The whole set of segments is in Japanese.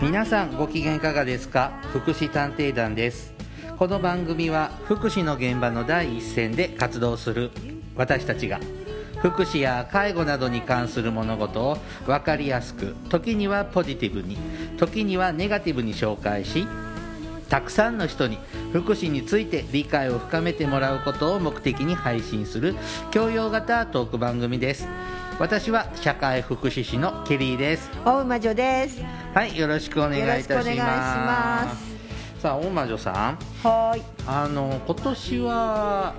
皆さんご機嫌いかがですか福祉探偵団ですこの番組は福祉の現場の第一線で活動する私たちが福祉や介護などに関する物事を分かりやすく時にはポジティブに時にはネガティブに紹介したくさんの人に福祉について理解を深めてもらうことを目的に配信する教養型トーク番組です私は社会福祉士のケリーです大馬女です。はいよろしくお願いいたしますよろしくお願いしますさあ大魔女さんはーい。あの今年は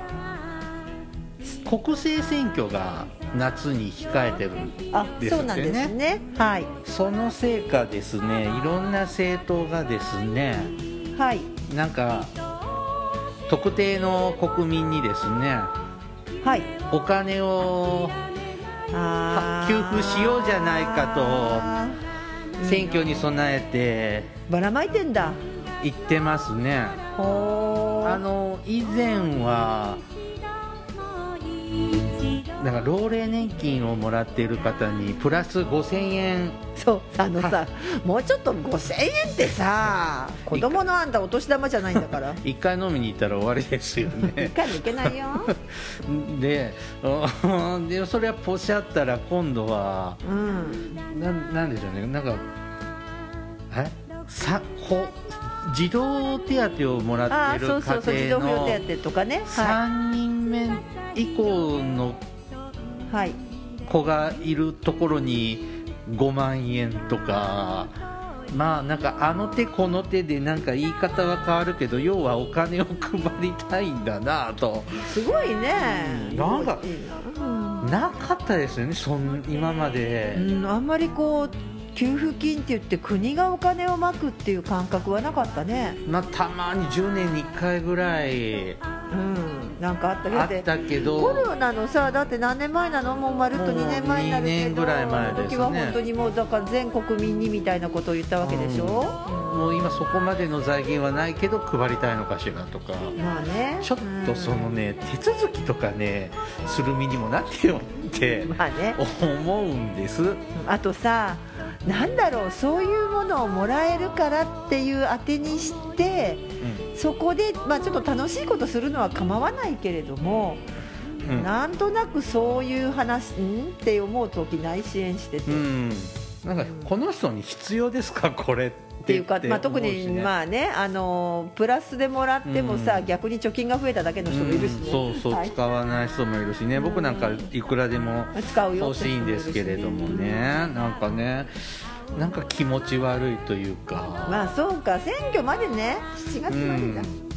国政選挙が夏に控えてるあ、ですよねそうなんですね。はい。そのせいかですねいろんな政党がですねはい。なんか特定の国民にですねはい。お金をあー給付しようじゃないかと選挙に備えばらまいてんだ。て言ってますねほあー。の以前はなんか老齢年金をもらっている方にプラス5000円そう、あのさ、もうちょっと5000円ってさ、子供のあんたお年玉じゃないんだから。 1回飲みに行ったら終わりですよ一 ね回もいけな いよ。でうんでそれはポシャったら今度はうん。なんなんでしょうねなんかえさこ児童手当をもらあっあ、てるそうそうそう、家児庭童扶の養手当とかね。は3人目以降のい。はい。子がいるところに5万円とかまあなんかあの手この手でなんか言い方は変わるけど要はお金を配りたいんだなとすごいねう。んなんかいいななかったですよねそん今までうん。うんあんまりこう。給付金って言って国がお金をまくっていう感覚はなかったね。まあたまに10年に1回ぐらいうん、なんかあったあけっど。たけどコロナのさだって何年前なのもうまるっと2年前になもう二るけど年ぐらい前ですね時は本当にもうだから全国民にみたいなことを言ったわけでしょ、もう今そこまでの財源はないけど配りたいのかしらとかまあねちょっとその、ね手続きとかねする身にもなってよってうんまあね思うんですあとさなんだろうそういうものをもらえるからっていう当てにしてそこで、まあ、ちょっと楽しいことするのは構わないけれども、うんうんなんとなくそういう話んって思う時ない支援してて、うっんなんかこの人に必要ですかこれってていうか、まあ、って思特うしにねまあねあのプラスでもらってもさ、うん逆に貯金が増えただけの人もいるしね、うんそうそうはい使わない人もいるしね僕なんかいくらでも使うよ欲しいんですけれどもねなんかねなんか気持ち悪いというかまあそうか選挙までね7月まうでだ、ん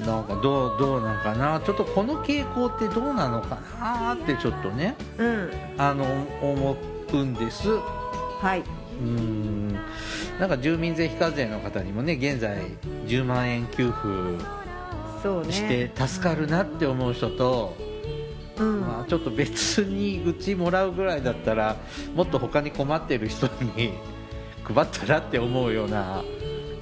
なんかどうどうなんかなちょっとこの傾向ってどうなのかなってちょっとねうん、あの思うんですはいうーんなんか住民税非課税の方にもね現在10万円給付そうねして助かるなって思う人と、うん、まあ、ちょっと別にうちもらうぐらいだったらもっと他に困ってる人に 配ったらって思うような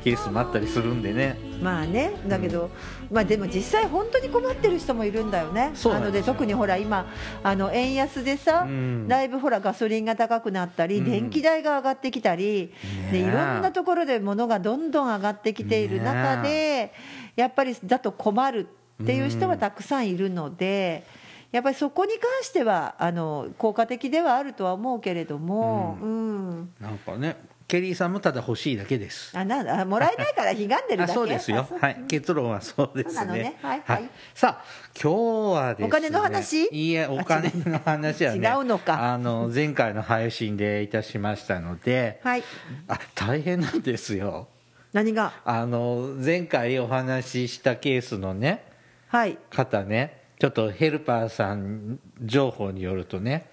ケースもあったりするんでねまあねだけど、まあでも実際本当に困ってる人もいるんだよねそうなあんのですよで特にほら今あの円安でさ、うんだいぶほらガソリンが高くなったり、うん電気代が上がってきたねり、えでいろんなところで物がどんどん上がってきている中で、やっぱりだと困るっていう人はたくさんいるので。やっぱりそこに関してはあの効果的ではあるとは思うけれども、うんなんかねケリーさんもただ欲しいだけですあなんだあもらえないから悲願でるだあけそうですあよそうはい結論はそうですねそうなのねはいはいさあ今日はですねお金の話いいえお金の話はね違うのかあの前回の配信でいたしましたので、はいあ大変なんですよ何があの前回お話ししたケースのねはい方ねちょっとヘルパーさん情報によるとね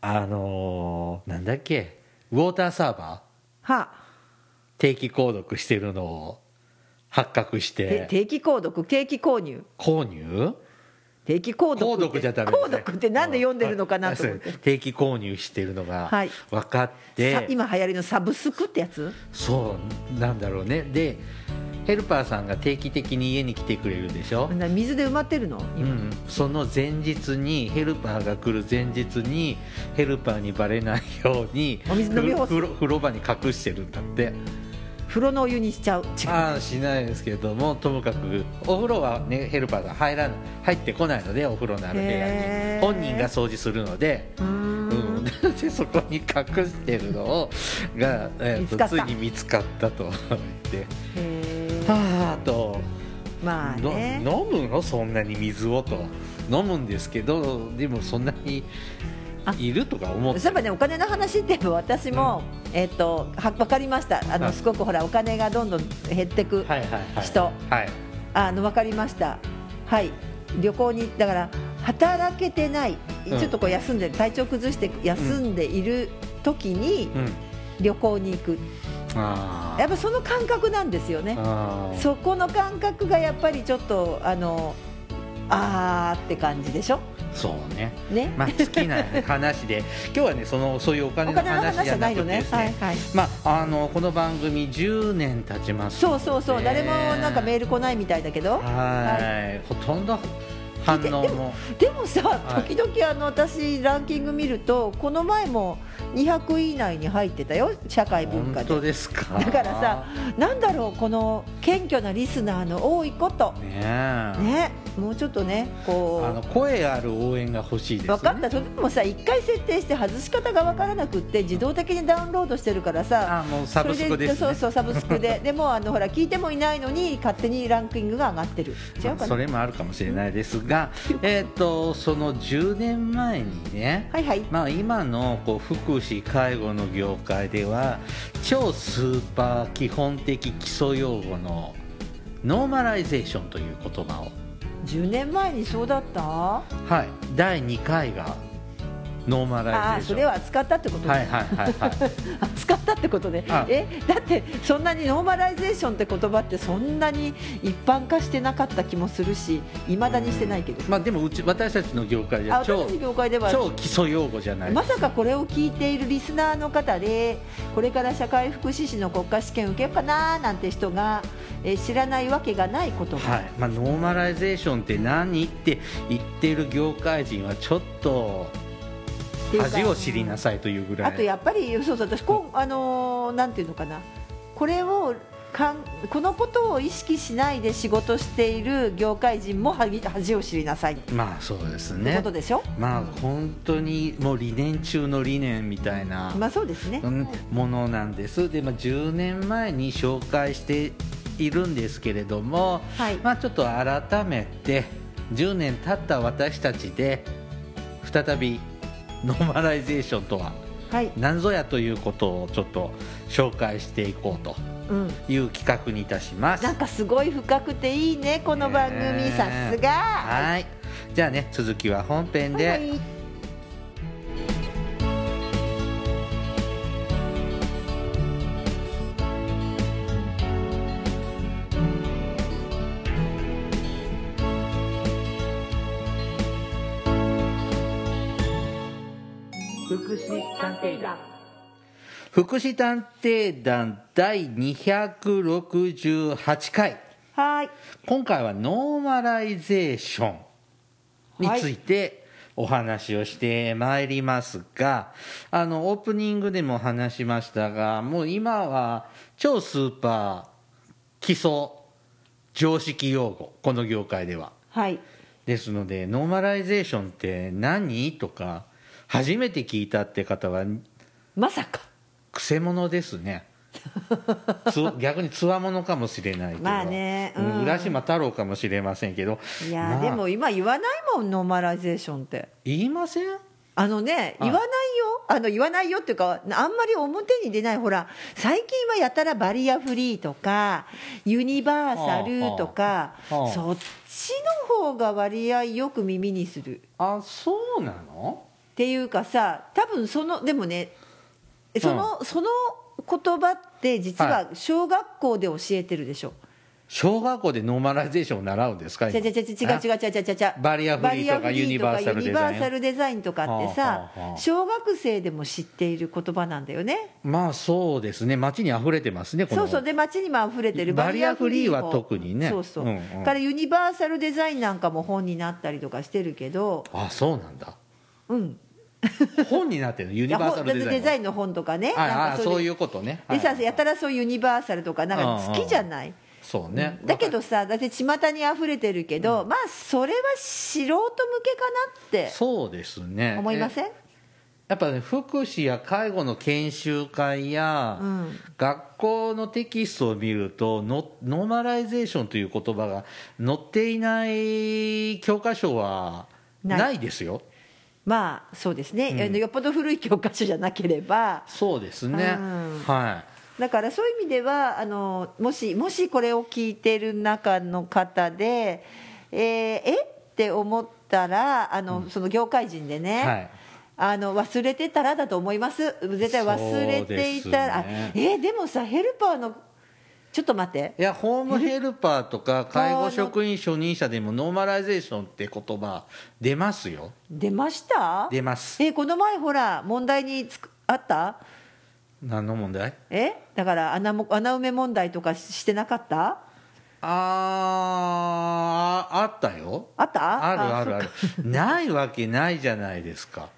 あのなんだっけウォーターサーバーは、定期購読してるのを発覚して定期購読、定期購入、購入定期購読購って。読じゃダメ購読ってなんで読んでるのかなと思ってあ。そう定期購入してるのがはい分かっさて、今流行りのサブスクってやつそうなんだろうねでヘルパーさんが定期的に家に来てくれるでしょ、な水で埋まってるのう今、ん、その前日にヘルパーが来る前日にヘルパーにバレないようにお水飲風み呂干す風呂風呂場に隠してるんだって風呂のお湯にしちゃう違うああしないですけどもともかくお風呂は、ね、ヘルパーが入らない入ってこないのでお風呂のある部屋へにー本人が掃除するので。うーんうん、でそこに隠してるのをが、えー見つとかっつたいに見つかったと言ってへーはあと、まあのね飲むのそんなに水をと飲むんですけどでもそんなにあいるとか思ってそういえばねお金の話って私も、えっとは分かりましたあの、はいすごくほらお金がどんどん減ってく、はいはいはい人はいあの分かりましたはい旅行にだから働けてないうんちょっとこう休んで体調崩して休んでいる時にうん旅行に行くあやっぱその感覚なんですよねあーそこの感覚がやっぱりちょっとあのあーって感じでしょそうねね、まあ好きな話 で今日はねそのそういうおお金の金の話話じじゃゃななくいてのねですはいねはいまああのこの番組10年経ちますそうそうそう、誰もなんかメールル来ないみたいだけどはいほとんど反聞いて応でもでもさはい時々あの私ランキング見るとこの前も200位以内に入ってたよ社会文本化当でですかだからさなんだろうこの謙虚なリスナーの多いことねえねもうちょっとねあこの声ある応援が欲しいです、うね、分かったそれでもさ1回設定して外し方が分からなくって自動的にダウンロードしてるからさあもうサブスクです、ね、それでそうそうサブス クででもあのほら聞いてもいないのに勝手にランキングが上がってる違うまあかそなれもあるかもしれないですが、えー、とその10年前にね、はいはいまあ、今のこう福祉介護の業界では超スーパー基本的基礎用語のノーマライゼーションという言葉を、 10年前にそうだったはい、第2回がノーマあラあイゼそーシれョンは扱ったってことね、はいはいはいはい扱ったってことねあえだってそんなにノーマライゼーションって言葉ってそんなに一般化してなかった気もするしいまだにしてないけど、まあ、でもうち私たちの業界であは私超たち業界では超基礎用語じゃないですまかさかこれを聞いているリスナーの方でこれから社会福祉士の国家試験受けようかななんて人が、えー知らないわけがないことが、はいまあ、ノーマライゼーションって何って言ってる業界人はちょっとっていうか恥を知りなさいというぐらいあとやっぱりそうそう私こうあのーなんていうのかなこれをかんこのことを意識しないで仕事している業界人もはぎ恥を知りなさいってまあそうですこねとでしょ、まあ本当にもう理念中の理念みたいな、まあそうですね、うんものなんですで、まあ、10年前に紹介しているんですけれども、はいまあ、ちょっと改めて10年経った私たちで再びノーマライゼーションとははい、何ぞやということをちょっと紹介していこうとうん、いう企画にいたしますなんかすごい深くていいねこの番組ねさすがはいじゃあね続きは本編で、はい福祉探偵団第268回はい今回はノーマライゼーションについてお話をしてまいりますが、あのオープニングでも話しましたがもう今は超スーパー基礎常識用語この業界でははいですのでノーマライゼーションって何とか初めて聞いたって方はまさかくせ者です ねつ逆につわものかもしれないけど、まあねううんん浦島太郎かもしれませんけどいやー、まあでも今言わないもんノーマライゼーションって言いませんあのね、はい言わないよ、あの言わないよっていうか、あんまり表に出ない、ほら、最近はやたらバリアフリーとか、ユニバーサルとか、はあはあそっちの方が割合よく耳にする。あそうなのっていうかさ、多分その、でもね、その、その言葉って、実はは小学校で教えてるでしょ。小学校でノーマライゼーションを習うんですか違う違う違う違う違う違う違う違うバリアフリーとかバアフリーとかユニバーサルデザインユニバーサルデザインとかってはさあはあはあ小学生でも知っている言葉なんだよねまあそうですね街に溢れてますねこのそうそうで街にも溢れてるバリアフリーはも特にねそうそう、うんうんからユニバーサルデザインなんかも本になったりとかしてるけど あそうなんだうん本になってるのユいニやバほーんサルデザインデザインの本とかねああなんかそういいううことねでさやたららそういうユニバーサルとかなんか好きじゃない、そうねだけどさだって巷に溢れてるけど、まあそれは素人向けかなってそうですね思いません、やっぱね福祉や介護の研修会や、うん学校のテキストを見るとノノーマライゼーションという言葉が載っていない教科書はないないですよまあそうですね、よっぽど古い教科書じゃなければそうですね、うんはだからそういう意味ではあのもしもしこれを聞いてる中の方でえーえって思ったらあの、その業界人でい、ね、はい、あの忘れてたらだと思います絶対忘れていたら、そうですねあえーでもさヘルパーのちょっと待っていやホームヘルパーと かパー介の護職員初任者でもノーマライゼーションって言葉出ますよ出ました出ますえーこの前ほら問題につくあった何の問題えだから穴も穴埋め問題とかししてなかったあーああったよあったあるあるあそっかるないわけないじゃないですか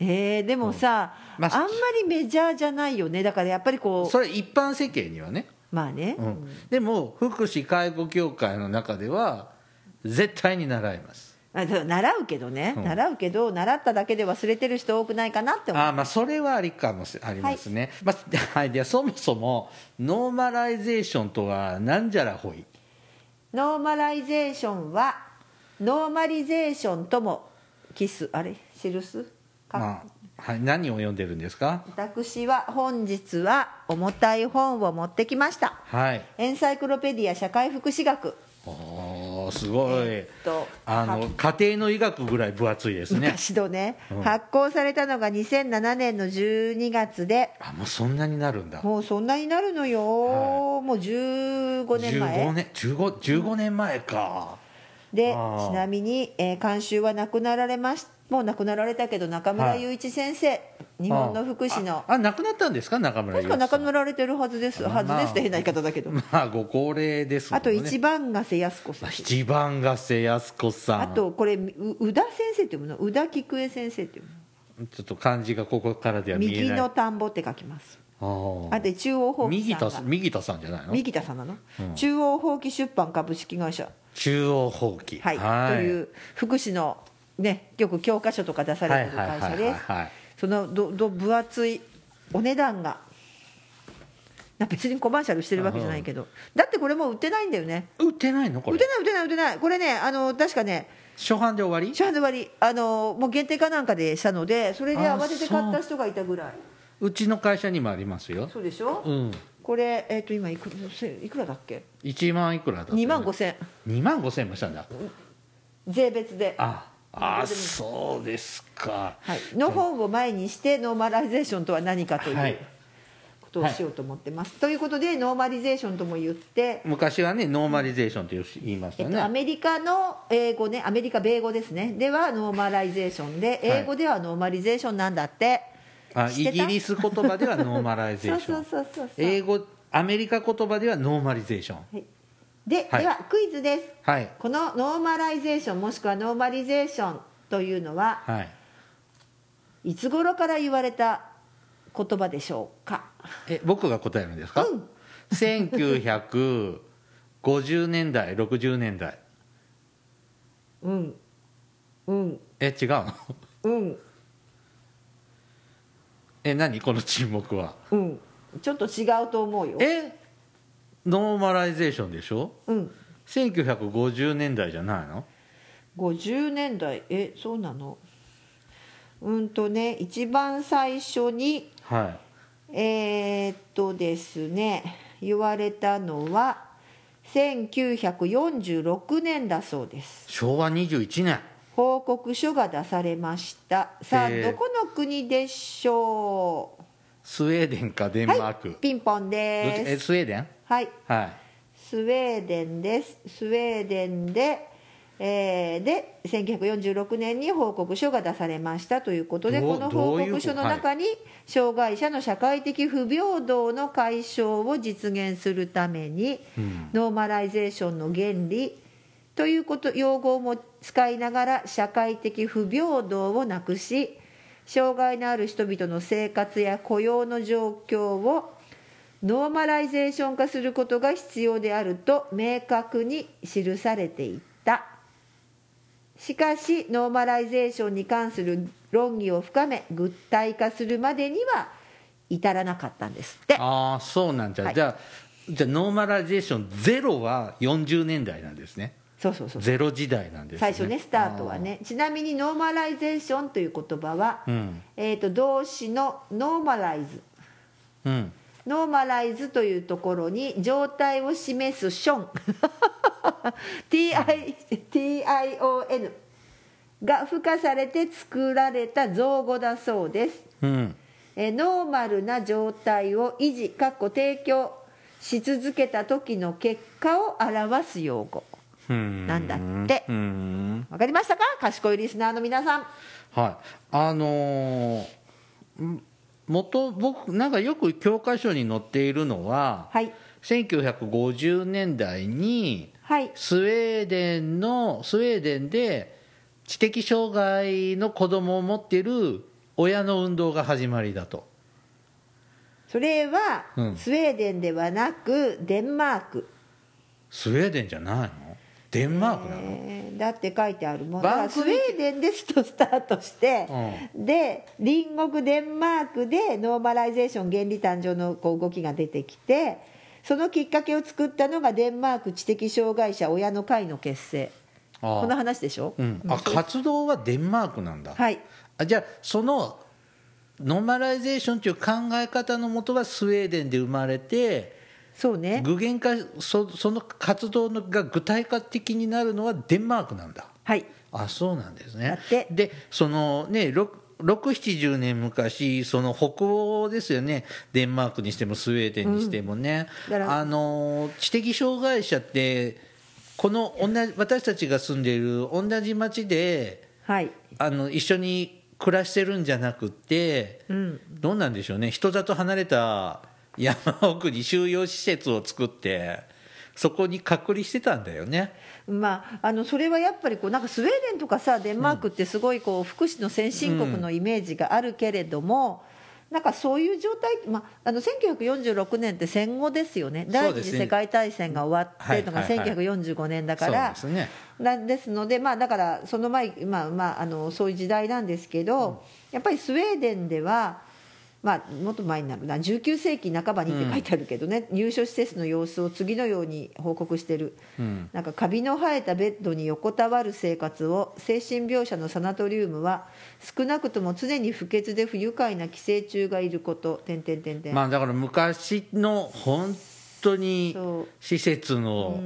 えーでもさ、うんまああ、んまりメジャーじゃないよねだからやっぱりこうそれ一般世間にはね、まあね、うん、でも福祉介護協会の中では絶対に習いますあそう習うけどね、うん習うけど習っただけで忘れてる人多くないかなって思うあーまあそれはありかもしありますね、まあ はい、ではそもそもノーマライゼーションとはなんじゃらほいノーマライゼーションはノーマリゼーションともキスあれ記すか、まあはい、何を読んでるんですか私は本日は重たい本を持ってきましたはいエンサイクロペディア社会福祉学おーすごい、えっとあの家庭の医学ぐらい分厚いですね昔のね、うん発行されたのが2007年の12月であもうそんなになるんだもうそんなになるのよ、はもう15年前15年 ,15 15年前か、であーちなみに、えー監修は亡くなられましもう亡くなられたけど中村はい雄一先生、日本の福祉のああ亡くなったんですか中村確か亡くさんなられてるはずですあーはずですっまてあ変な言い方 だけど、まあご高齢ですもあんとね一番が瀬安子さん一番が瀬安子さんあとこれう宇田先生っていうの宇田菊江先生っていうちょっと漢字がここからではの見え右ないの田んぼって書きますあああと中央放棄右さん田がさん右田さんじゃないの右田さんなの、うん中央放棄出版株式会社中央放棄はい、という福祉のねよく教科書とか出さはいれてるはいはい会社はいですはいそのどど分厚いお値段がな別にコマーシャルしてるわけじゃないけどだってこれもう売ってないんだよね売ってないのこ売っれてない売ってない売ってないこれねあの確かね初版で終わりシャーズ割りあのもう限定かなんかでしたのでそれであ慌てて買った人がいたぐらいうちの会社にもありますよそうでしょ、うんこれえっ、と今いくらせいくらだっけ1万いくらだった2万5千2万5千もしたんだ税別でああそうですかはい、の本を前にしてノーマライゼーションとは何かという、はいことをしようと思ってます、ということでノーマリゼーションとも言って、昔はねノーマリゼーションと言いましえたっね、と、アメリカの英語ねアメリカ米語ですねではノーマライゼーションではい英語ではノーマリゼーションなんだって、あ知っイてたギリス言葉ではノーマライゼそうーシそョうンそうそうそう英語アメリカ言葉ではノーマリゼーションで,、はいではクイズですはいこのノーマライゼーションもしくはノーマリゼーションというのははいいつ頃から言われた言葉でしょうかえ僕が答えるんですか、うん1950年代60年代うんうんえ違うの うんえ何この沈黙はうんちょっと違うと思うよえノーマライゼーションでしょうん1950年代じゃないの50年代えそうなのうんとね一番最初にはいえーっとですね言われたのは1946年だそうです昭和21年報告書が出されましたさあえーどこの国でしょスウェーデンかデンうマはーク、いピンポンどっちえですスウェーデンはいはいスウェーデンですスウェーデンで、えーで1946年に報告書が出されましたということでどうこの報どういう告書の中に障害者の社会的不平等の解消を実現するために、うんノーマライゼーションの原理ということ用語も使いながら社会的不平等をなくし障害のある人々の生活や雇用の状況をノーマライゼーション化することが必要であると明確に記されていったしかしノーマライゼーションに関する論議を深め具体化するまでには至らなかったんですってああそうなんじゃ、はいじゃあじゃあノーマライゼーションゼロは40年代なんですねそうそうそうゼロ時代なんですね最初ねスタートはねちなみにノーマライゼーションという言葉は、うんえー、と動詞のノーマライズうんノーマライズというところに状態を示すション TI TION が付加されて作られた造語だそうですうんえーノーマルな状態を維持かっこ提供し続けた時の結果を表す用語うんなんだってうんわかりましたか賢いリスナーの皆さんはいあのーん元僕なんかよく教科書に載っているのは、はい1950年代にはいスウェーデンのスウェーデンで知的障害の子供を持っている親の運動が始まりだとそれはうんスウェーデンではなくデンマーク、スウェーデンじゃないのデンマークなの、えーだって書いてあるもんだバかンらスクウーベンェーデンですとスタートして、で隣国デンマークでノーマライゼーション原理誕生のこう動きが出てきてそのきっかけを作ったのがデンマーク知的障害者親の会の結成ああこの話でしょ、うん、あ活動はデンマークなんだ、はいあじゃあそのノーマライゼーションという考え方のもとはスウェーデンで生まれてそうね具現化そその活動のが具体化的になるのはデンマークなんだはいあそうなんですだねってでそのね670年昔その北欧ですよねデンマークにしてもスウェーデンにしてもね、うんだからあの知的障害者ってこの同じ私たちが住んでいる同じ町ではいあの一緒に暮らしてるんじゃなくって、うんどうなんでしょうね人里離れた山奥に収容施設を作ってそこに隔離してたんだよねまあ、あのそれはやっぱりこうなんかスウェーデンとかさデンマークってすごいこう福祉の先進国のイメージがあるけれども、なんかそういう状態、まあ、あの1946年って戦後ですよねそ第う二です次ね世界大戦が終わってとかはいはいはい1945年だそかうら、ですねなんですので、まあ、だからその前、まあまあ、あのそういう時代なんですけど、やっぱりスウェーデンでは、まあ、もっと前になるな19世紀半ばにって書いてあるけどね、入所施設の様子を次のように報告してる、うんなんかカビの生えたベッドに横たわる生活を精神病者のサナトリウムは少なくとも常に不潔で不愉快な寄生虫がいること点点点点まあだから昔の本当にそう施設の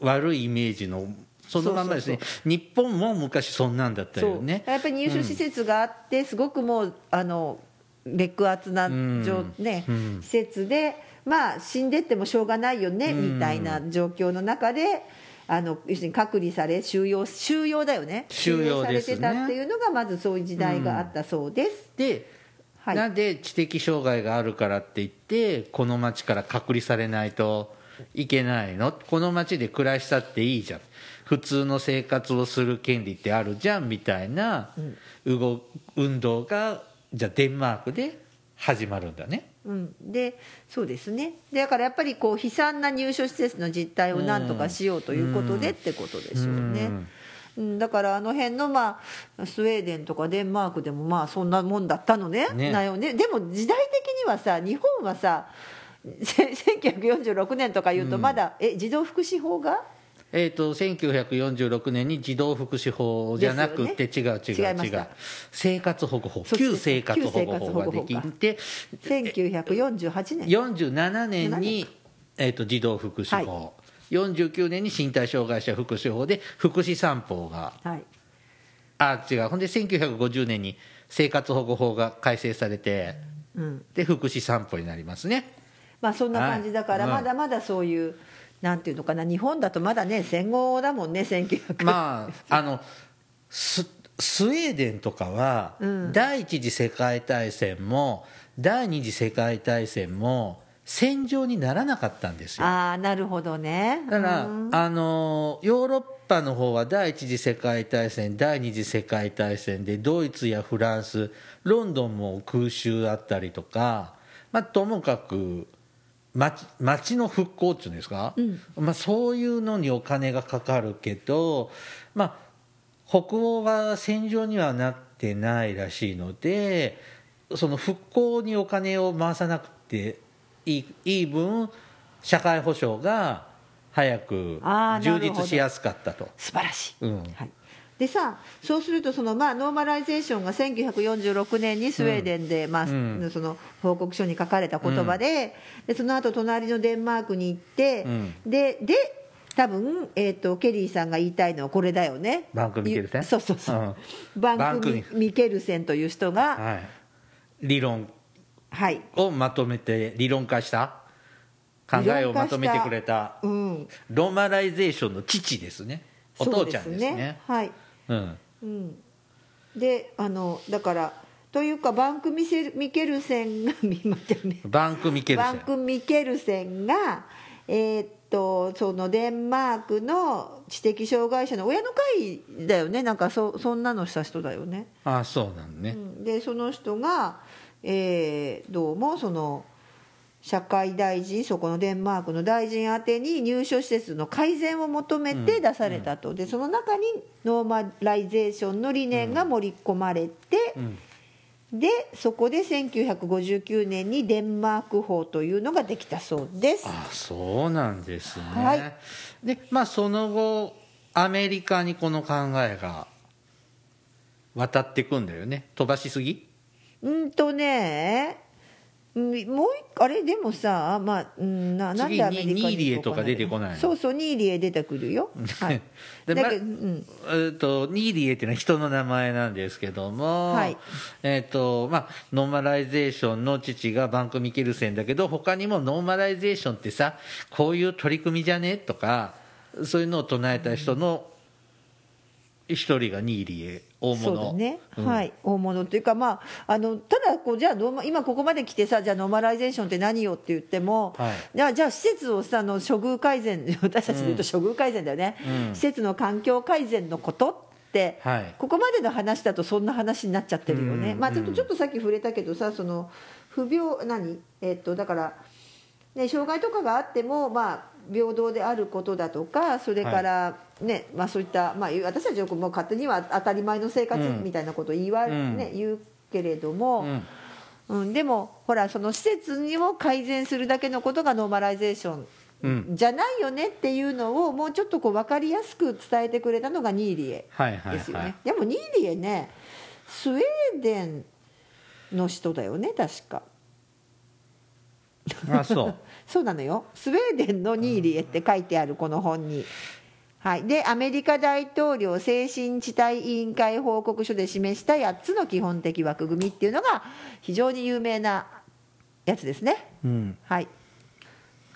悪いイメージのそのまんまですね日本も昔そんなんだったよねそうやっぱり入所施設があって、すごくもうあの劣悪な状、うんねうん施設で、まあ、死んでってもしょうがないよね、んみたいな状況の中であの要するに隔離され収容収容だよね収容ですね収容されてたっていうのがまずそういう時代があったそうです、ではいなんで知的障害があるからって言ってこの町から隔離されないといけないのこの町で暮らしたっていいじゃん普通の生活をする権利ってあるじゃんみたいな動運動がじゃあデンマークで始まるんだねうん、でそうですねでだからやっぱりこう悲惨な入所施設の実態をなんとかしようということでってことでしょうね、うん、だからあの辺の、まあ、スウェーデンとかデンマークでもまあそんなもんだったのねねなよねでも時代的にはさ日本はさせ1946年とか言うとまだ、え児童福祉法がえー、と1946年に児童福祉法じゃなくて、で違う違う違いま違しうた生活保護法そう旧生活保護法がで旧生活保護き法かて1948年47年に、えー、と児童福祉法、49年に身体障害者福祉法で福祉三法がはいあ違うほんで1950年に生活保護法が改正されて、うんで福祉三法になりますねまあそんな感じだから、はいうんまだまだそういうなんていうのかな日本だとまだね戦後だもんね1900、まああのススウェーデンとかは、第一次世界大戦も第二次世界大戦も戦場にならなかったんですよ。ああなるほどねだから、うんあのヨーロッパの方は第一次世界大戦第二次世界大戦でドイツやフランスロンドンも空襲あったりとか、まあ、ともかく町町の復興っていうんですか、まあ、そういうのにお金がかかるけど、まあ、北欧は戦場にはなってないらしいのでその復興にお金を回さなくていいいい分社会保障が早くあーなるほ充ど実しやすかったと。素晴らしい、うんはい、でさそうするとその、まあ、ノーマライゼーションが1946年にスウェーデンで、まあんその報告書に書かれた言葉で,、でその後隣のデンマークに行って、うんでで多分、えー、とケリーさんが言いたいのはこれだよねバンクミケルセンいそうそうそう、ババンンククミミミケルセンという人が、はい、理論はいをまとめて理論化した考えをまとめてくれたうん、ローマライゼーションの父ですねお父ちゃんですねそうはいうん、うん、であのだからというかバンクミセルミケルセンが見ましたねバンク・ミケルセバンンク・ミケルセンが、えーっとそのデンマークの知的障害者の親の会だよねなんかそそんなのした人だよね、ああそうなんね、うんでその人が、えーどうもその社会大臣そこのデンマークの大臣宛てに入所施設の改善を求めて出されたと、でその中にノーマライゼーションの理念が盛り込まれて、んでそこで1959年にデンマーク法というのができたそうです。ああそうなんですね、はいでまあその後アメリカにこの考えが渡ってくんだよね飛ばしすぎうんとねうんもう一あれでもさ、まあ、うんななんでアメリカ次にニーリエとか出てこないのそうそうニーリエ出てくるよ、はい、 でだまけど、うん、えー、とニーリエっていうのは人の名前なんですけども、はいえーとまあ、ノーマライゼーションの父がバンク・ミケルセンだけど他にもノーマライゼーションってさこういう取り組みじゃねとかそういうのを唱えた人の一人がニーリエ大そう物だね、うんはい大物というかまああのただこうじゃあノーマ今ここまで来てさじゃあノーマライゼーションって何よって言っても、はいじゃあじゃあ施設をさあの処遇改善 私たちで言うと処遇改善だよね、うん施設の環境改善のことって、はいここまでの話だとそんな話になっちゃってるよね、うんまあ、ちょっうとんちょっとさっき触れたけどさその不病何えっとだから、ね、障害とかがあってもまあ平等であることだとかそれから、ねまあ、そういった、まあ、私たちよくもう勝手には当たり前の生活うんみたいなことを言わ、うんね、言うけれども、うんうん、でもほらその施設にも改善するだけのことがノーマライゼーショうんンじゃないよねっていうのをもうちょっとこう分かりやすく伝えてくれたのがニーリエはいはいですよはねい、でもニーリエねスウェーデンの人だよね確かあそうそうなのよスウェーデンのニーリエって書いてあるこの本に、はい、でアメリカ大統領精神地帯委員会報告書で示した8つの基本的枠組みっていうのが非常に有名なやつですねうんはい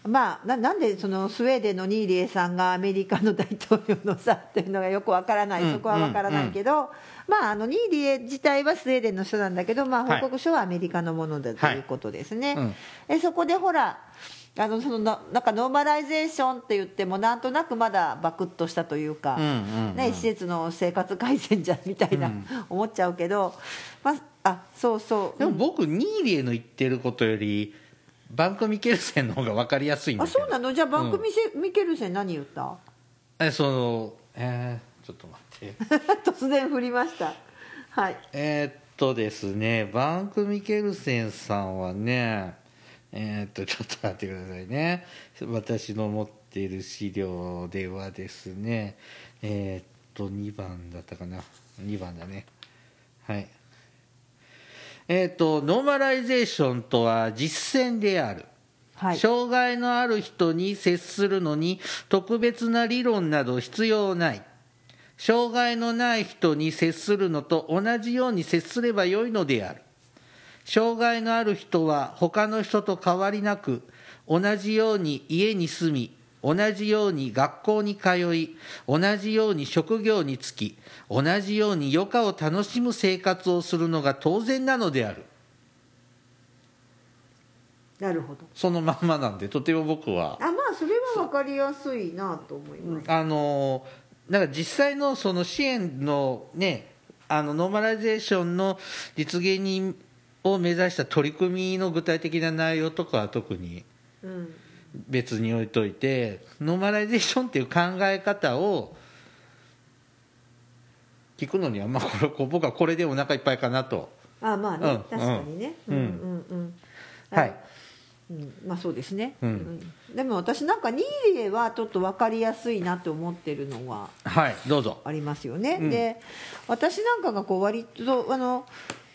まあ、ななんでそのスウェーデンのニーリエさんがアメリカの大統領のさっていうのがよくわからない、うんそこはわからないけど、まあ、あのニーリエ自体はスウェーデンの人なんだけど、まあ、はい報告書はアメリカのものだとはいいうことですね、うんえそこでほらあのそのななんかノーマライゼーションって言ってもなんとなくまだバクッとしたというか、うんうんうんね、施設の生活改善じゃんみたいな、うん 思っちゃうけど、まあ、あそうそうでも僕ニーリエの言ってることよりバンク・ミケルセンの方が分かりやすいんだあけどそうなのじゃあバンクミセ、ミケルセン何言ったえそのえーちょっと待って 突然振りましたはいえーっとですね、バンク・ミケルセンさんはね、えーっと、ちょっと待ってくださいね。私の持っている資料ではですね、えーっと、2番だったかな。2番だね。はい。えーっと、ノーマライゼーションとは実践である。はい障害のある人に接するのに特別な理論など必要ない障害のない人に接するのと同じように接すればよいのである障害のある人は他の人と変わりなく同じように家に住み同じように学校に通い同じように職業に就き同じように余暇を楽しむ生活をするのが当然なのであるなるほどそのまんまなんでとても僕はあまあそれは分かりやすいなと思いますあのなんか実際のその支援のねあのノーマライゼーションの実現にを目指した取り組みの具体的な内容とかは特にうん別に置いといてノーマライゼーションっていう考え方を聞くのにはまあこれこう僕はこれでお腹いっぱいかなとあまあね、うん確かにねううんんうんうんあはいうんまあそうですね、うんうんでも私なんかニーレはちょっと分かりやすいなと思ってるのははいどうぞありますよね、うんで私なんかがこう割とあの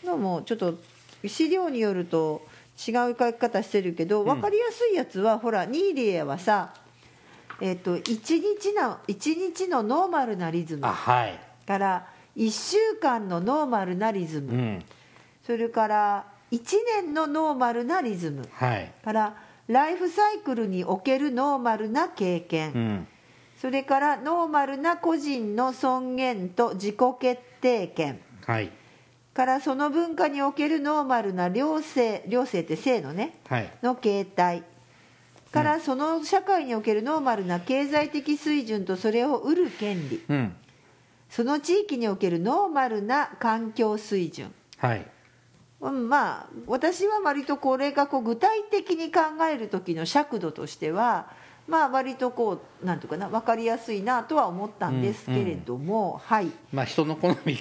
どうもちょっと資料によると違う書き方してるけど分かりやすいやつは、ほらニーリエはさえっと一日の一日のノーマルなリズムあはいから1週間のノーマルなリズム、うんそれから1年のノーマルなリズムはいからライフサイクルにおけるノーマルな経験、うんそれからノーマルな個人の尊厳と自己決定権はいからその文化におけるノーマルな両性両性って性のねはいの形態からその社会におけるノーマルな経済的水準とそれを得る権利うんその地域におけるノーマルな環境水準はいうんまあ私は割とこれがこう具体的に考える時の尺度としてはまあ割とこうなんていうかな分かりやすいなとは思ったんですけれども、はいまあ人の好み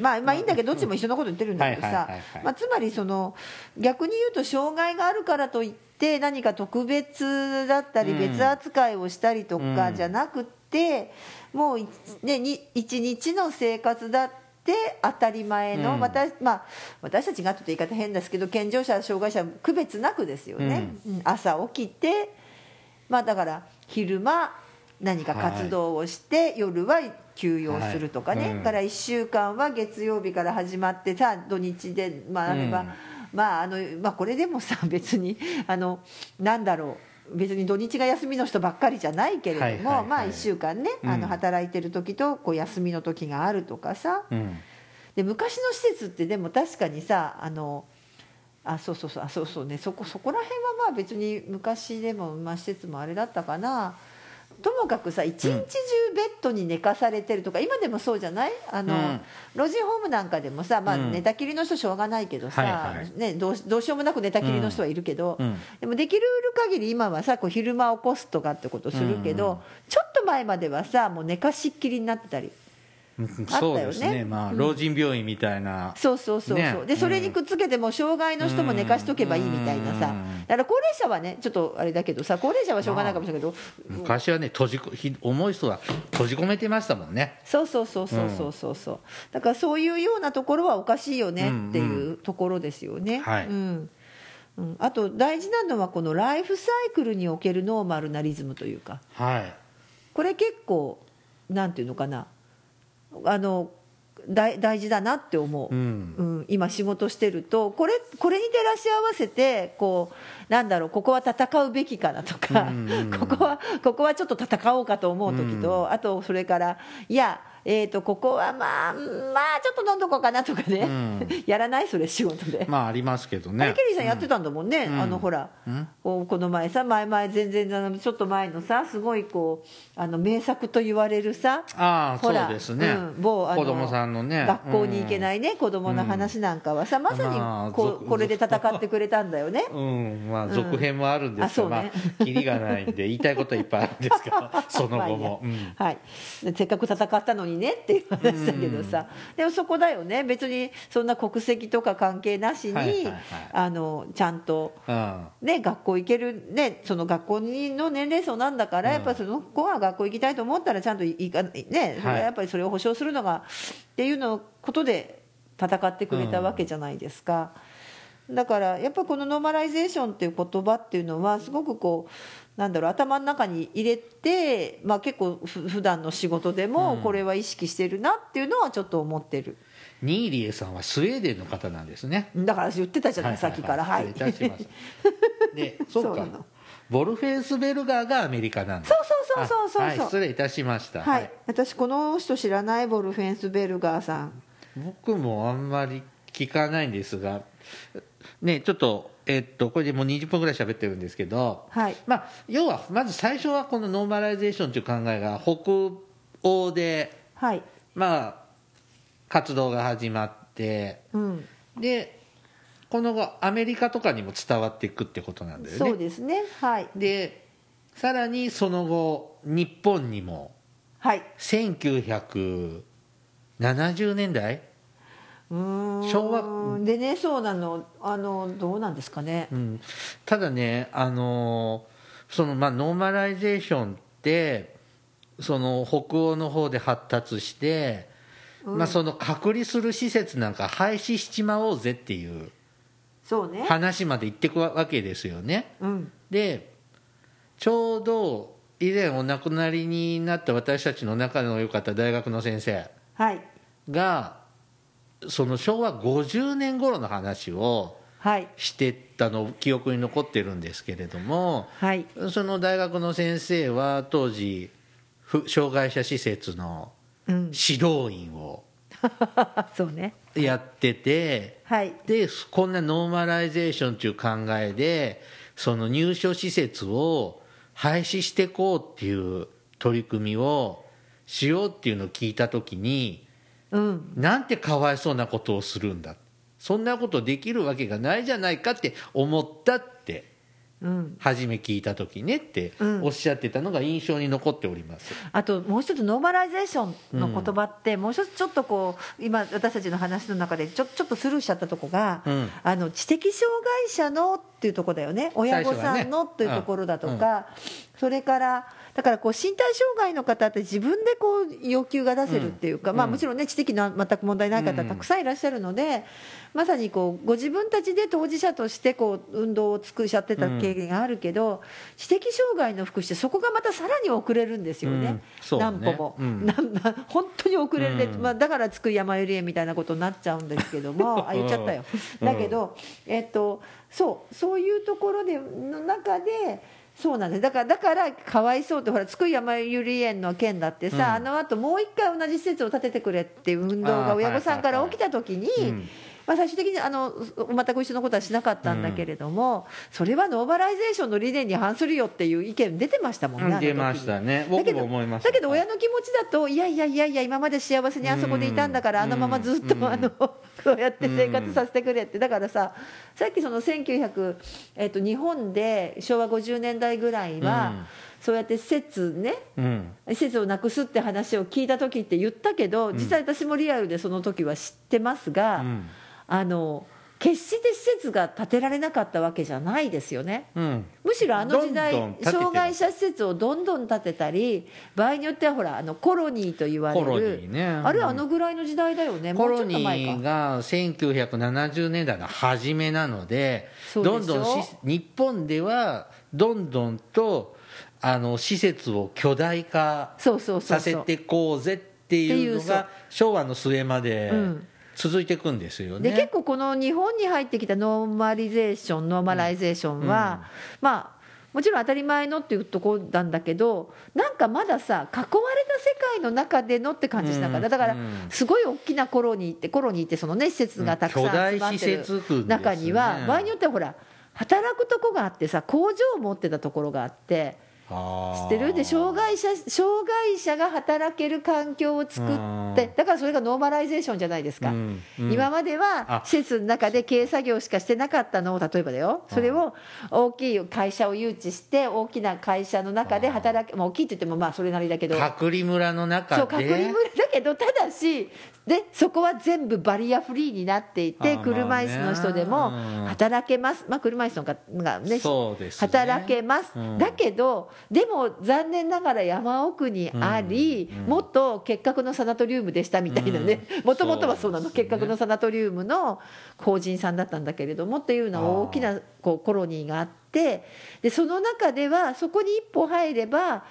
まあまあいいんだけどどっちも一緒のこと言ってるんだけどはいはいさはいはいまあつまりその逆に言うと障害があるからといって何か特別だったりうん別扱いをしたりとうかんじゃなくてもういねに一日の生活だって当たり前うのん私,、まあ、私たちがという言い方変ですけど健常者障害者区別なくですよね、うん朝起きてまあだから昼間何か活動をして、夜は休養するとかね、はいうんから1週間は月曜日から始まってさ土日で、まあ、あれば、うんまああのまあ、これでもさ別に あのなんだろう別に土日が休みの人ばっかりじゃないけれども、はいはいはいまあ1週間ね、あうんの働いてる時とこう休みの時があるとかさ、うんで昔の施設ってでも確かにさあのあそうそうそうあそうそうねそこそこら辺はまあ別に昔でも、まあ、施設もあれだったかなともかくさ一日中ベッドに寝かされてるとか、今でもそうじゃないあの、うん老人ホームなんかでもさ、まあ、うん寝たきりの人しょうがないけどさ、はいはいね、どうしどうしようもなく寝たきりの人はいるけど、うんでもできる限り今はさこう昼間起こすとかってことするけど、うんちょっと前まではさもう寝かしっきりになってたり。うんたよねそうですねまあ老人病院みたいなそうそうそうそう、ねでそれにくっつけてもう障害の人も寝かしとけばいいみたいなうさんだから高齢者はねちょっとあれだけどさ高齢者はしょうがないかもしれないけど、昔はね閉じこひ重い人は閉じ込めてましたもんねそうそうそうそうそうそうそうだからそういうようなところはおかしいよねってうんいうところですよね、はいうんうん、あと大事なのはこのライフサイクルにおけるノーマルなリズムというかはいこれ結構なんていうのかなあの大大事だなって思うう、んうん、今仕事してるとこれこれに照らし合わせてこうなんだろうここは戦うべきかなとか、うんうんうん ここはここはちょっと戦おうかと思う時と、あとそれからいやえー、とここはまあうんまあちょっと飲んどこうかなとかね、うん やらないそれ仕事で。まあありますけどあれねケリーさんやってたんだもんね、うんあのほら、うんこうこの前さ前々全然あのちょっと前のさすごいこうあの名作と言われるさああそほらうですね、うん某あの子供さんのね学校に行けい、ないね、子供の話なんかはさまさまあにこ続うこれで戦ってくれたんだよねうんうんまあ続編もあるんですけど、うんあそうねまあキリがないんで言いたいことはいっぱいあるんですけど その後も、まあいいやうんはい、でせっかく戦ったのにねっていう話だけどさ、でもそこだよね別にそんな国籍とか関係なしに、はいはいはいあのちゃんと。うんね、学校行ける、ね、その学校の年齢層なんだから、うんやっぱりその子が学校行きたいと思ったら、ちゃんと行か、ね、それはやっぱりそれを保証するのが、っていうのことで戦ってくれたわけじゃないですか。だからやっぱこのノーマライゼーションっていう言葉っていうのはすごくこうなんだろう頭の中に入れて、まあ、結構ふ普段の仕事でもこれは意識してるなっていうのはちょっと思ってるニーリエさんはスウェーデンの方なんですねだから私言ってたじゃない、さっきからはい失礼いたしましたでそうそうかなのボルフェンスベルガーがアメリカなんだ そうそうそうそうそうそうあはい、失礼いたしました、はい、私この人知らないボルフェンスベルガーさん僕もあんまり聞かないんですがねちょっと、ええっと、これでもう20分ぐらい喋ってるんですけど、はいまあ、要は、まず最初はこのノーマライゼーションという考えが、北欧で、はいまあ、活動が始まって、うんで、この後、アメリカとかにも伝わっていくってことなんだよね。そうですねはいでさらにその後日本にもはい1970年代、うーん昭和でねそうなのあのどうなんですかねうん、ただねあのーそのまあノーマライゼーションってその北欧の方で発達して、まあ、その隔離する施設なんか廃止しちまおうぜっていうそうね話まで行ってくわけですよね。うんでちょうど以前お亡くなりになった私たちの仲の良かった大学の先生はいがその昭和50年頃の話をはいしてたの記憶に残ってるんですけれどもはいその大学の先生は当時ふ障害者施設のうん指導員をそうねやっててはいでこんなノーマライゼーションという考えでその入所施設を廃止していこうっていう取り組みをしようっていうのを聞いた時にうんなんてかわいそうなことをするんだそんなことできるわけがないじゃないかって思ったってうん初め聞いた時ねってうんおっしゃってたのが印象に残っております、あともう一つノーマライゼーションの言葉って、もう一つちょっとこう今私たちの話の中でちょちょっとスルーしちゃったとこが、うんあの知的障害者のっていうところだよね親御さんのっていうところだとうんか、それからだからこう身体障害の方って自分でこう要求が出せるっていうか、まあ、もちろんね知的な全く問題ない方たくさんいらっしゃるので、まさにこうご自分たちで当事者としてこう運動を尽くしちゃってた経験があるけど、知的障害の福祉ってそこがまたさらに遅れるんですよね、うんそうね何歩も、うんなんな 本当に遅れるで、うんまあ、だから津久井やまゆり園みたいなことになっちゃうんですけ どもあ言っちゃったよだけど、えっと、そうそういうところでの中でそうなんですだからだからかわいそうってほら津久井やまゆり園の件だってさ、うんあのあともう一回同じ施設を建ててくれっていう運動あーが親御さんかはらいはいはい起きた時に。うんまあ、最終的にあの全く一緒のことはしなかったんだけれども、それはノーバライゼーションの理念に反するよっていう意見出てましたもんね、あの時出ましたねだ僕けども思いましただけど親の気持ちだと、いやいやいやいや、今まで幸せにあそこでいたんだから、うあんのままずっと、うんあの こうやって生活させてくれって、だからさ、さっきその1900、えっと日本で昭和50年代ぐらいは、うんそうやって施設ね、うん施設をなくすって話を聞いた時って言ったけど、実際、私もリアルでその時は知ってますうが、んあの決して施設が建てられなかったわけじゃないですよね。うんむしろあの時代どんどん建ててます障害者施設をどんどん建てたり場合によってはほらあのコロニーと言われコロニる、ーねあるいはあのぐらいの時代だよねコもうちロょっとニ前ーかが1970年代の初めなのでそうでしどょんどんし日本ではどんどんとあの施設を巨大化そうそうそさうそうせてこうぜっていうのっていうそうが昭和の末までん続いていくんですよでね。結構この日本に入ってきたノーマリゼーションノーマライゼーションは、まあもちろん当たり前のっていうところなんだけどなんかまださ囲われた世界の中でのって感じしなかった、うんだからうんすごい大きなコロニーってコロニーってそのね施設がたくさん集まってる、うん巨大施設群ですね中には場合によってはほら働くとこがあってさ工場を持ってたところがあって知知ってるで障害者障害者が働ける環境を作うんってだからそれがノーマライゼーションじゃないですか、うんうん今まであは施設の中で経営作業しかしてなかったのを例えばだよそれを大きい会社を誘致して大きな会社の中で働け、まあ、大きいって言ってもまあそれなりだけど隔離村の中でそう隔離村だけどただしでそこは全部バリアフリーになっていあてー車椅子の人でもまあねうん働けます、まあ、車椅子の方がねそうですね働けます、うんだけどでも残念ながら山奥にあり、うんうんもっと結核のサナトリウムでしたみたいなねうん もともとはそうなのそうですね結核のサナトリウムの法人さんだったんだけれどもっていうような大きなこうコロニーがあってでその中ではそこに一歩入れば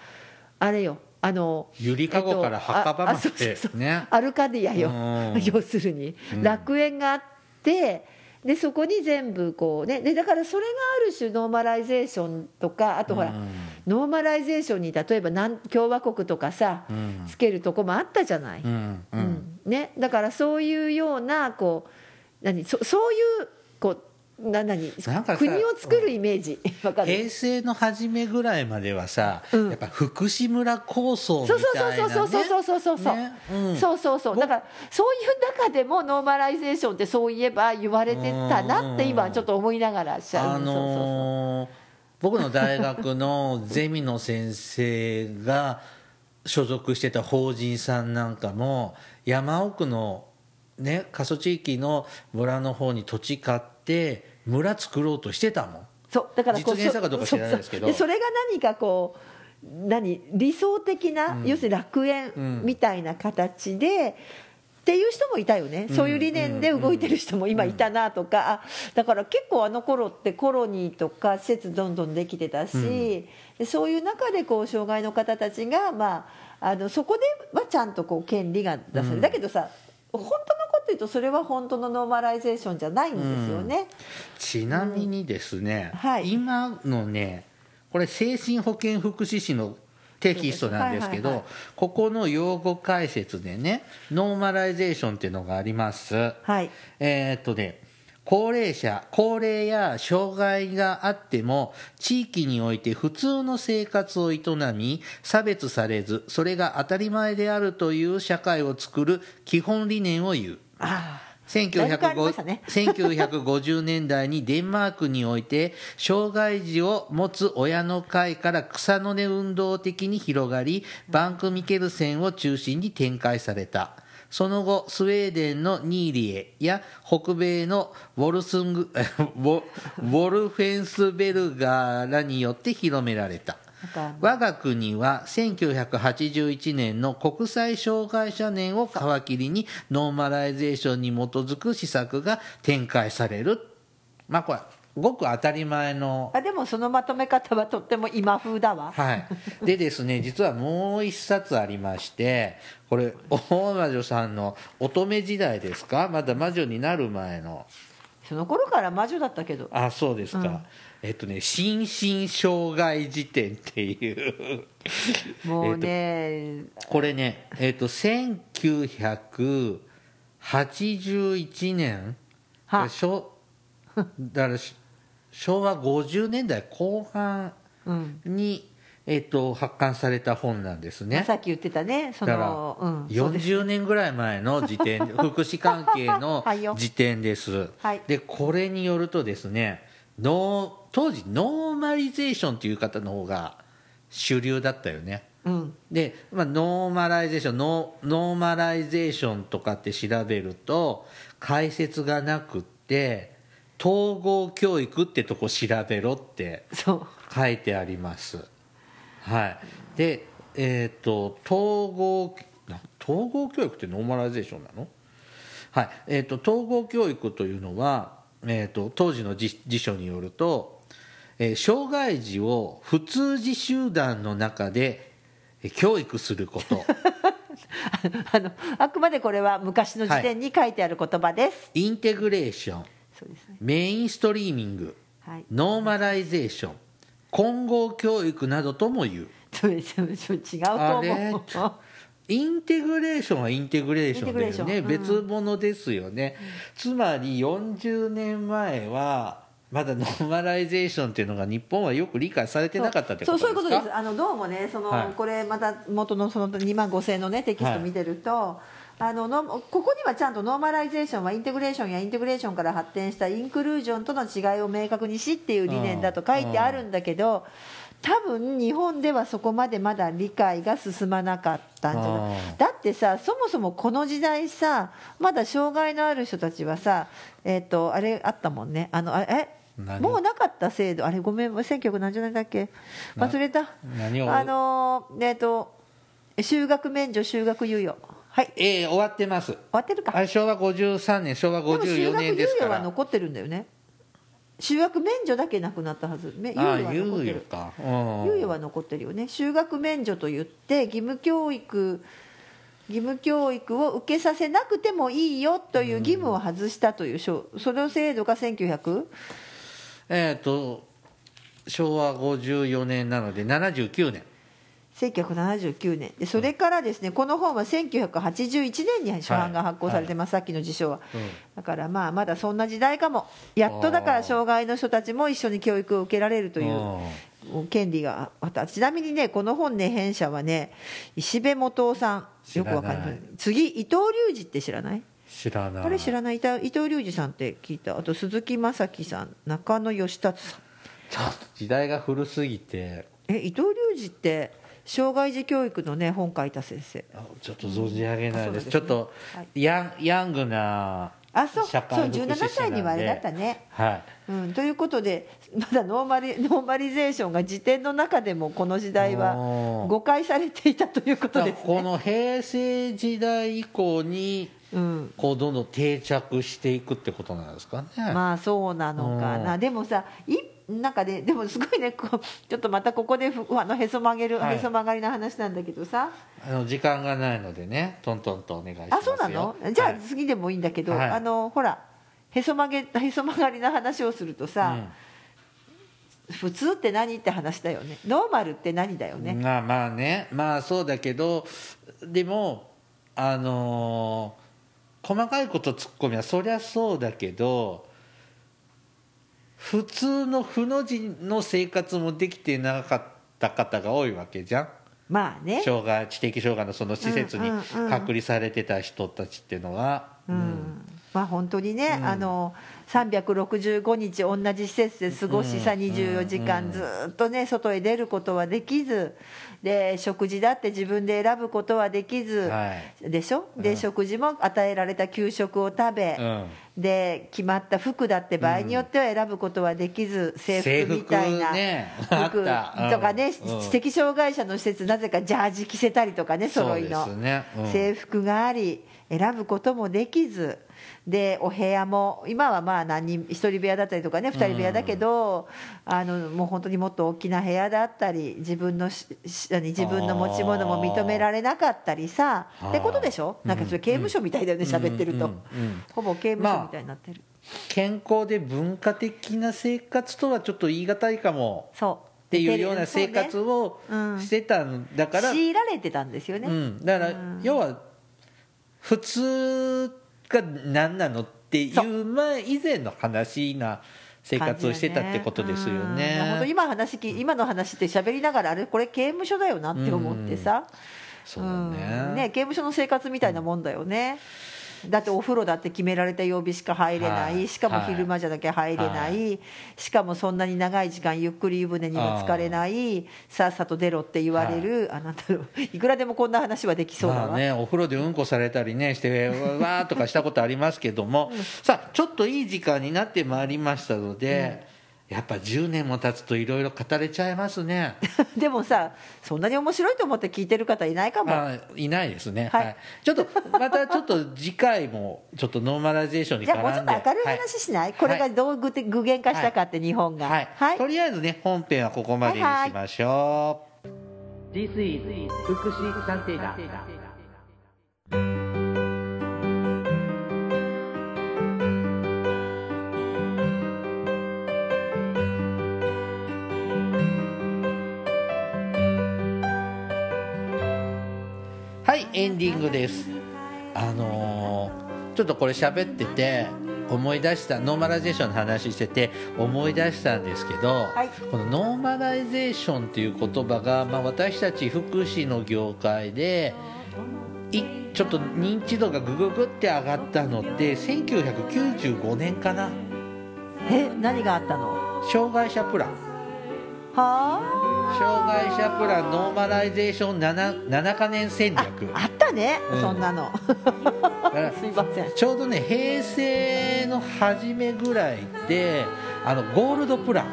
あれよあのゆりかごから墓場まえっとああそうでそうそうね。アルカディアよ、うん 要するに、うん楽園があってでそこに全部こうねでだからそれがある種ノーマライゼーションとかあとほら、うんノーマライゼーションに例えばなん共和国とかさ、うんつけるとこもあったじゃない、うんううんんね、だからそういうようなこう何そそういうこうな何なんかさ国を作るイメージ、わかる平成の初めぐらいまではさ、うんやっぱ福士村構想みそうそうたいな、ね、そうそうそうそうそうそう、ねうんそうそうそうだからそういう中でもノーマライゼーションってそういえば言われてたなって今ちょっと思いながらしちゃう、あのー僕の大学のゼミの先生が所属してた法人さんなんかも山奥のね過疎地域の村の方に土地買って村作ろうとしてたもんそうだからこう実現したかどうか知らないですけどそうそうでそれが何かこう何理想的な、要するに楽園みたいな形で、っていう人もいたよね、そういう理念で動いてる人も今いたなとか、あだから結構あの頃ってコロニーとか施設どんどんできてたし、でそういう中でこう障害の方たちが、まあ、あのそこではちゃんとこう権利が出される、だけどさ本当のこと言うとそれは本当のノーマライゼーションじゃないんですよね。ちなみにですね、うんはい今のねこれ精神保健福祉士のテキストなんですけど、はいはいここの用語解説でねノーマライゼーションっていうのがありますはいえーっとね、高齢者、高齢や障害があっても、地域において普通の生活を営み、差別されず、それが当たり前であるという社会を作る基本理念を言う。ああだいぶ変わりました1950ね1950年代にデンマークにおいて障害児を持つ親の会から草の根運動的に広がりバンク・ミケルセンを中心に展開されたその後スウェーデンのニーリエや北米のウォルスング ウォウォルフェンスベルガーらによって広められたなんか我が国は1981年の国際障害者年を皮切りにノーマライゼーションに基づく施策が展開されるまあこれごく当たり前のあでもそのまとめ方はとっても今風だわはいでですね実はもう一冊ありましてこれ大魔女さんの乙女時代ですかまだ魔女になる前のその頃から魔女だったけどあそうですか、えっとね「心身障害辞典」っていうもうね、これね、えっと1981年は昭だからし昭和50年代後半うんに、えっと発刊された本なんですね。さっき言ってたねそだからの、うん、そうです40年ぐらい前の時点 福祉関係のはいよ時点です、はいでこれによるとですねノー当時ノーマリゼーションという方の方が主流だったよねうんで、まあ、ノーマライゼーションノーノーマライゼーションとかって調べると解説がなくって統合教育ってとこ調べろってそう 書いてありますはいでえっ、と統合な統合教育ってノーマライゼーションなのはいえっ、と統合教育というのは、えー、と当時の辞辞書によると、えー障害児を普通児集団の中でえー教育することあのあくまでこれは昔の辞典に書いてある言葉です、インテグレーションそうですねメインストリーミングはい ノーマライゼーション混合教育などとも言うそうですそうです違うとあれ思うインテグレーションはインテグレーションだインテよグレね、ーションうん別物ですよね、つまり40年前はまだノーマライゼーションっていうのが日本はよく理解されてなかったってことですかそうそういうことですあのどうもねその、はいこれまた元のその2万5000のねテキスト見てると、あののここにはちゃんとノーマライゼーションはインテグレーションやインテグレーションから発展したインクルージョンとの違いを明確にしっていう理念だと書いてあるんだけど、多分日本ではそこまでまだ理解が進まなかったんじゃないうんだってさそもそもこの時代さまだ障害のある人たちはさえっ、とあれあったもんねあのあえ何もうなかった制度あれごめん1970年だっけな忘れた何をあのーえっ、と就学免除就学猶予はい終えー終わってますわってるかあれ昭和53年昭和でも就54学年猶ですか予はら残ってるんだよね就学免除だけなくなったはずめ猶ああ予は猶残って予るか猶予はは残ってるよね就学免除といって義務教育義務教育を受けさせなくてもいいよという義務を外したという、その制度が1900えっ、と昭和54年なので79年1979年でそれからですねこの本は1981年に初版が発行されてます、さっきの辞書は、うんだからまあまだそんな時代かもやっとだかあーら障害の人たちも一緒に教育を受けられるというあ権利があったちなみにねこの本ね編者はね石部元夫さんよくわかん知ならないい次伊藤隆二って知らないー知らないこれ知らない伊藤伊藤隆二さんって聞いたあと鈴木雅樹さん中野義達さんちょっと時代が古すぎてえ伊藤隆二って障害児教育のね本書いた先生あちょっと存じ上げないです,、うんちょっとはいヤンヤングなあそうそ社う会福祉士なんで17歳にはあれだったねはいうん、ということでまだノーマリノーマリゼーションが辞典の中でもこの時代はおー誤解されていたということです、この平成時代以降にうん、こうどんどん定着していくってことなんですかね、まあそうなのかうな、んでもさ、いなんかね、でもすごいね、こうちょっとまたここでふあのへそ曲げる、はいへそ曲がりな話なんだけどさ、あの時間がないのでねトントンとお願いしますよあそうなのじゃあはい次でもいいんだけど、はいあのほら、へそ曲げ、へそ曲がりな話をするとさ、普通って何って話だよね、ノーマルって何だようんね。まあまあねまあそうだけどでもあのー細かいこと突っ込みはそりゃそうだけど普通の負の字の生活もできてなかった方が多いわけじゃんまあね、障害知的障害のその施設にうんうんうん隔離されてた人たちっていうのは、うんまあ本当にね、うんあの365日同じ施設で過ごしさ、うん24時間ずっとね外へ出ることはできずで食事だって自分で選ぶことはできず、はいでしょうでん食事も与えられた給食を食べ、うんで決まった服だって場合によっては選ぶことはできず、制制服服みたいな。ね服あったうんとかね、うん知的障害者の施設なぜかジャージ着せたりとかね揃いのそうですねうん制服があり選ぶこともできずでお部屋も今はまあ何人1人部屋だったりとかね2人部屋だけど、あのもう本当にもっと大きな部屋だったり自分のしし何自分の持ち物も認められなかったりさあーってことでしょなんかそれ刑務所みたいだよねうん喋ってると、うんうんほぼ刑務所みたいになってる、健康で文化的な生活とはちょっと言い難いかもそうっていうような生活そうねをうんしてたんだから、強いられてたんですよね、うん、だからうん要は普通が何なのっていう前以前の話な生活をしてたってことですよ感じだうんいや本当ね。今話き今の話って喋りながらあれこれ刑務所だよなって思ってさ、そうだね,、うんね刑務所の生活みたいなもんだよね、だってお風呂だって決められた曜日しか入れない、はいしかも昼間じゃなきゃ入れない、しかもそんなに長い時間ゆっくり湯船にも浸かれないさっさと出ろって言われる、あなたのいくらでもこんな話はできそうだわ、まあね、お風呂でうんこされたりねしてわわーとかしたことありますけども、さあちょっといい時間になってまいりましたので、やっぱ10年も経つといろいろ語れちゃいますね でもさそんなに面白いと思って聞いてる方いないかも、まあいないですね、ははいいちょっとまたちょっと次回もちょっとノーマライゼーションにじ絡ゃあんでもうちょっと明るいはい話しない、これがどう具体具現化したかって、日本がはいとりあえずね本編はここまでにしましょう、This is 福祉探偵団はいエンディングですあのーちょっとこれ喋ってて思い出したノーマライゼーションの話してて思い出したんですけど、いこのノーマライゼーションっていう言葉が、まあ、私たち福祉の業界でいちょっと認知度がグググって上がったのって1995年かなえ何があったの障害者プランはあ障害者プランノーマライゼーション 7, 7か年戦略あったね、うんそん なのだからすいませんちょうどね平成の初めぐらいであのゴールドプラン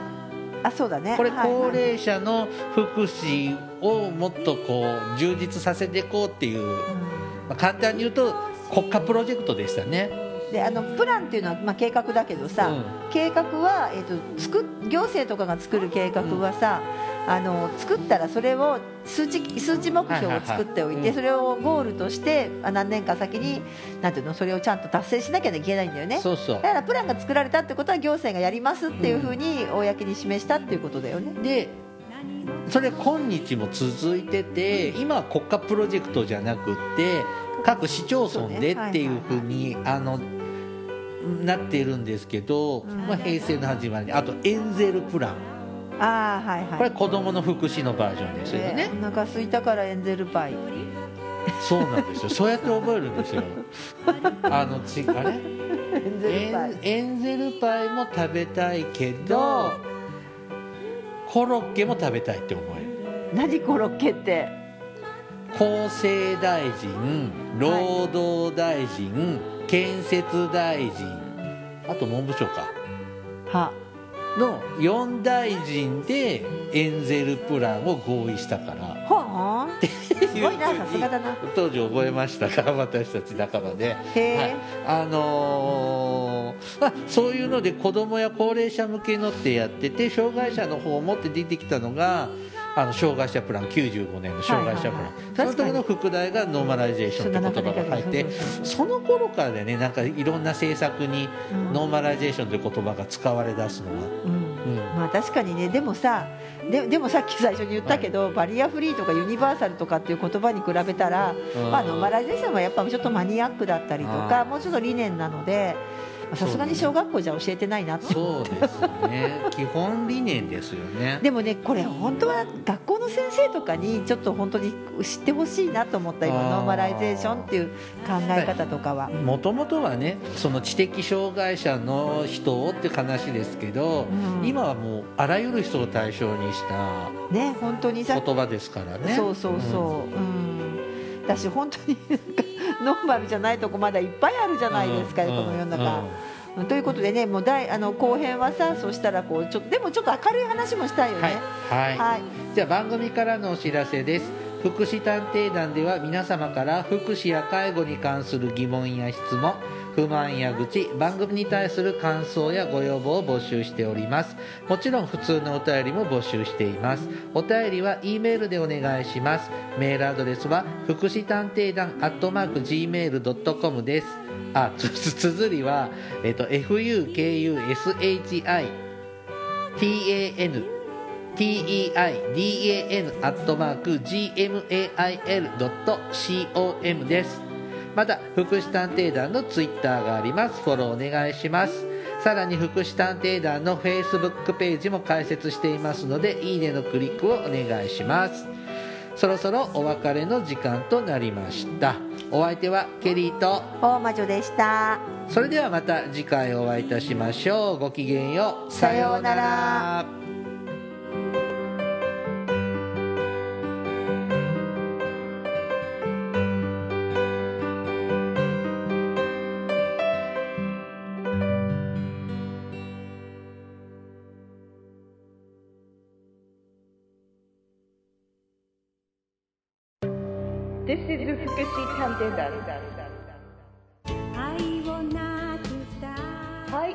あそうだねこれはいはい高齢者の福祉をもっとこう充実させていこうっていう、まあ簡単に言うと国家プロジェクトでしたねであのプランっていうのは、まあ、計画だけどさ、う計画は、えっと作っ行政とかが作る計画はさ、あの作ったらそれを数値数値目標を作っておはいいて、はいはいうんそれをゴールとしてあ何年か先になんていうのそれをちゃんと達成しなきゃいけないんだよねそうそうだからプランが作られたってことは行政がやりますっていうふうに公に示したっていうことだよね。でそれ今日も続いてて今は国家プロジェクトじゃなくって各市町村でっていうふうにあのなっているんですけど、まあ、平成の始まりあとエンゼルプランああはいはいこれ子どもの福祉のバージョンですよね、お腹空いたからエンゼルパイそうなんですよそうやって覚えるんですよあのちあれエンゼルパイエンゼルパイも食べたいけどコロッケも食べたいって思える何コロッケって厚生大臣労働大臣、建設大臣あと文部省かはの4大臣でエンゼルプランを合意したからほんすごいないうふうにさすがだな当時覚えましたから私たち仲間で、へーはい、あのーまあ、そういうので子供や高齢者向けのってやってて障害者の方もって出てきたのがあの障害者プラン95年の障害者プラン、はいはいはいそのところの副題がノーマライゼーションって言葉が入ってその頃からねなんかいろんな政策にうんノーマライゼーションという言葉が使われ出すのが、うんうんまあ確かにねでもさででもさっき最初に言ったけど、バリアフリーとかユニバーサルとかっていう言葉に比べたら、うんまあ、ノーマライゼーションはやっぱちょっとマニアックだったりとか、うんもうちょっと理念なのでまあさすがに小学校じゃ教えてないなってそうですね基本理念ですよねでもねこれ本当は学校の先生とかにちょっと本当に知ってほしいなと思った今あーノーマライゼーションっていう考え方とかは。もともとはねその知的障害者の人をっていう話ですけど、うん今はもうあらゆる人を対象にしたね本当にさ言葉ですからねそうそうそう、うん、だし本当になんかノーマルじゃないとこまだいっぱいあるじゃうんないですか、うんこの世の中。うんということでねもうだいあの後編はさそしたらこうちょっとでもちょっと明るい話もしたいよね。はい、はいはいじゃあ番組からのお知らせです福祉探偵団では皆様から福祉や介護に関する疑問や質問不満や愚痴番組に対する感想やご要望を募集しておりますもちろん普通のお便りも募集していますお便りは E メールでお願いしますメールアドレスは福祉探偵団アットマーク Gmail.com ですあつつ綴りは、えっと、fukushi tan teidan アットマーク gmail.com ですまた福祉探偵団のツイッターがありますフォローお願いしますさらに福祉探偵団のフェイスブックページも開設していますのでいいねのクリックをお願いしますそろそろお別れの時間となりましたお相手はケリーと大魔女でしたそれではまた次回お会いいたしましょうごきげんようさようなら Hi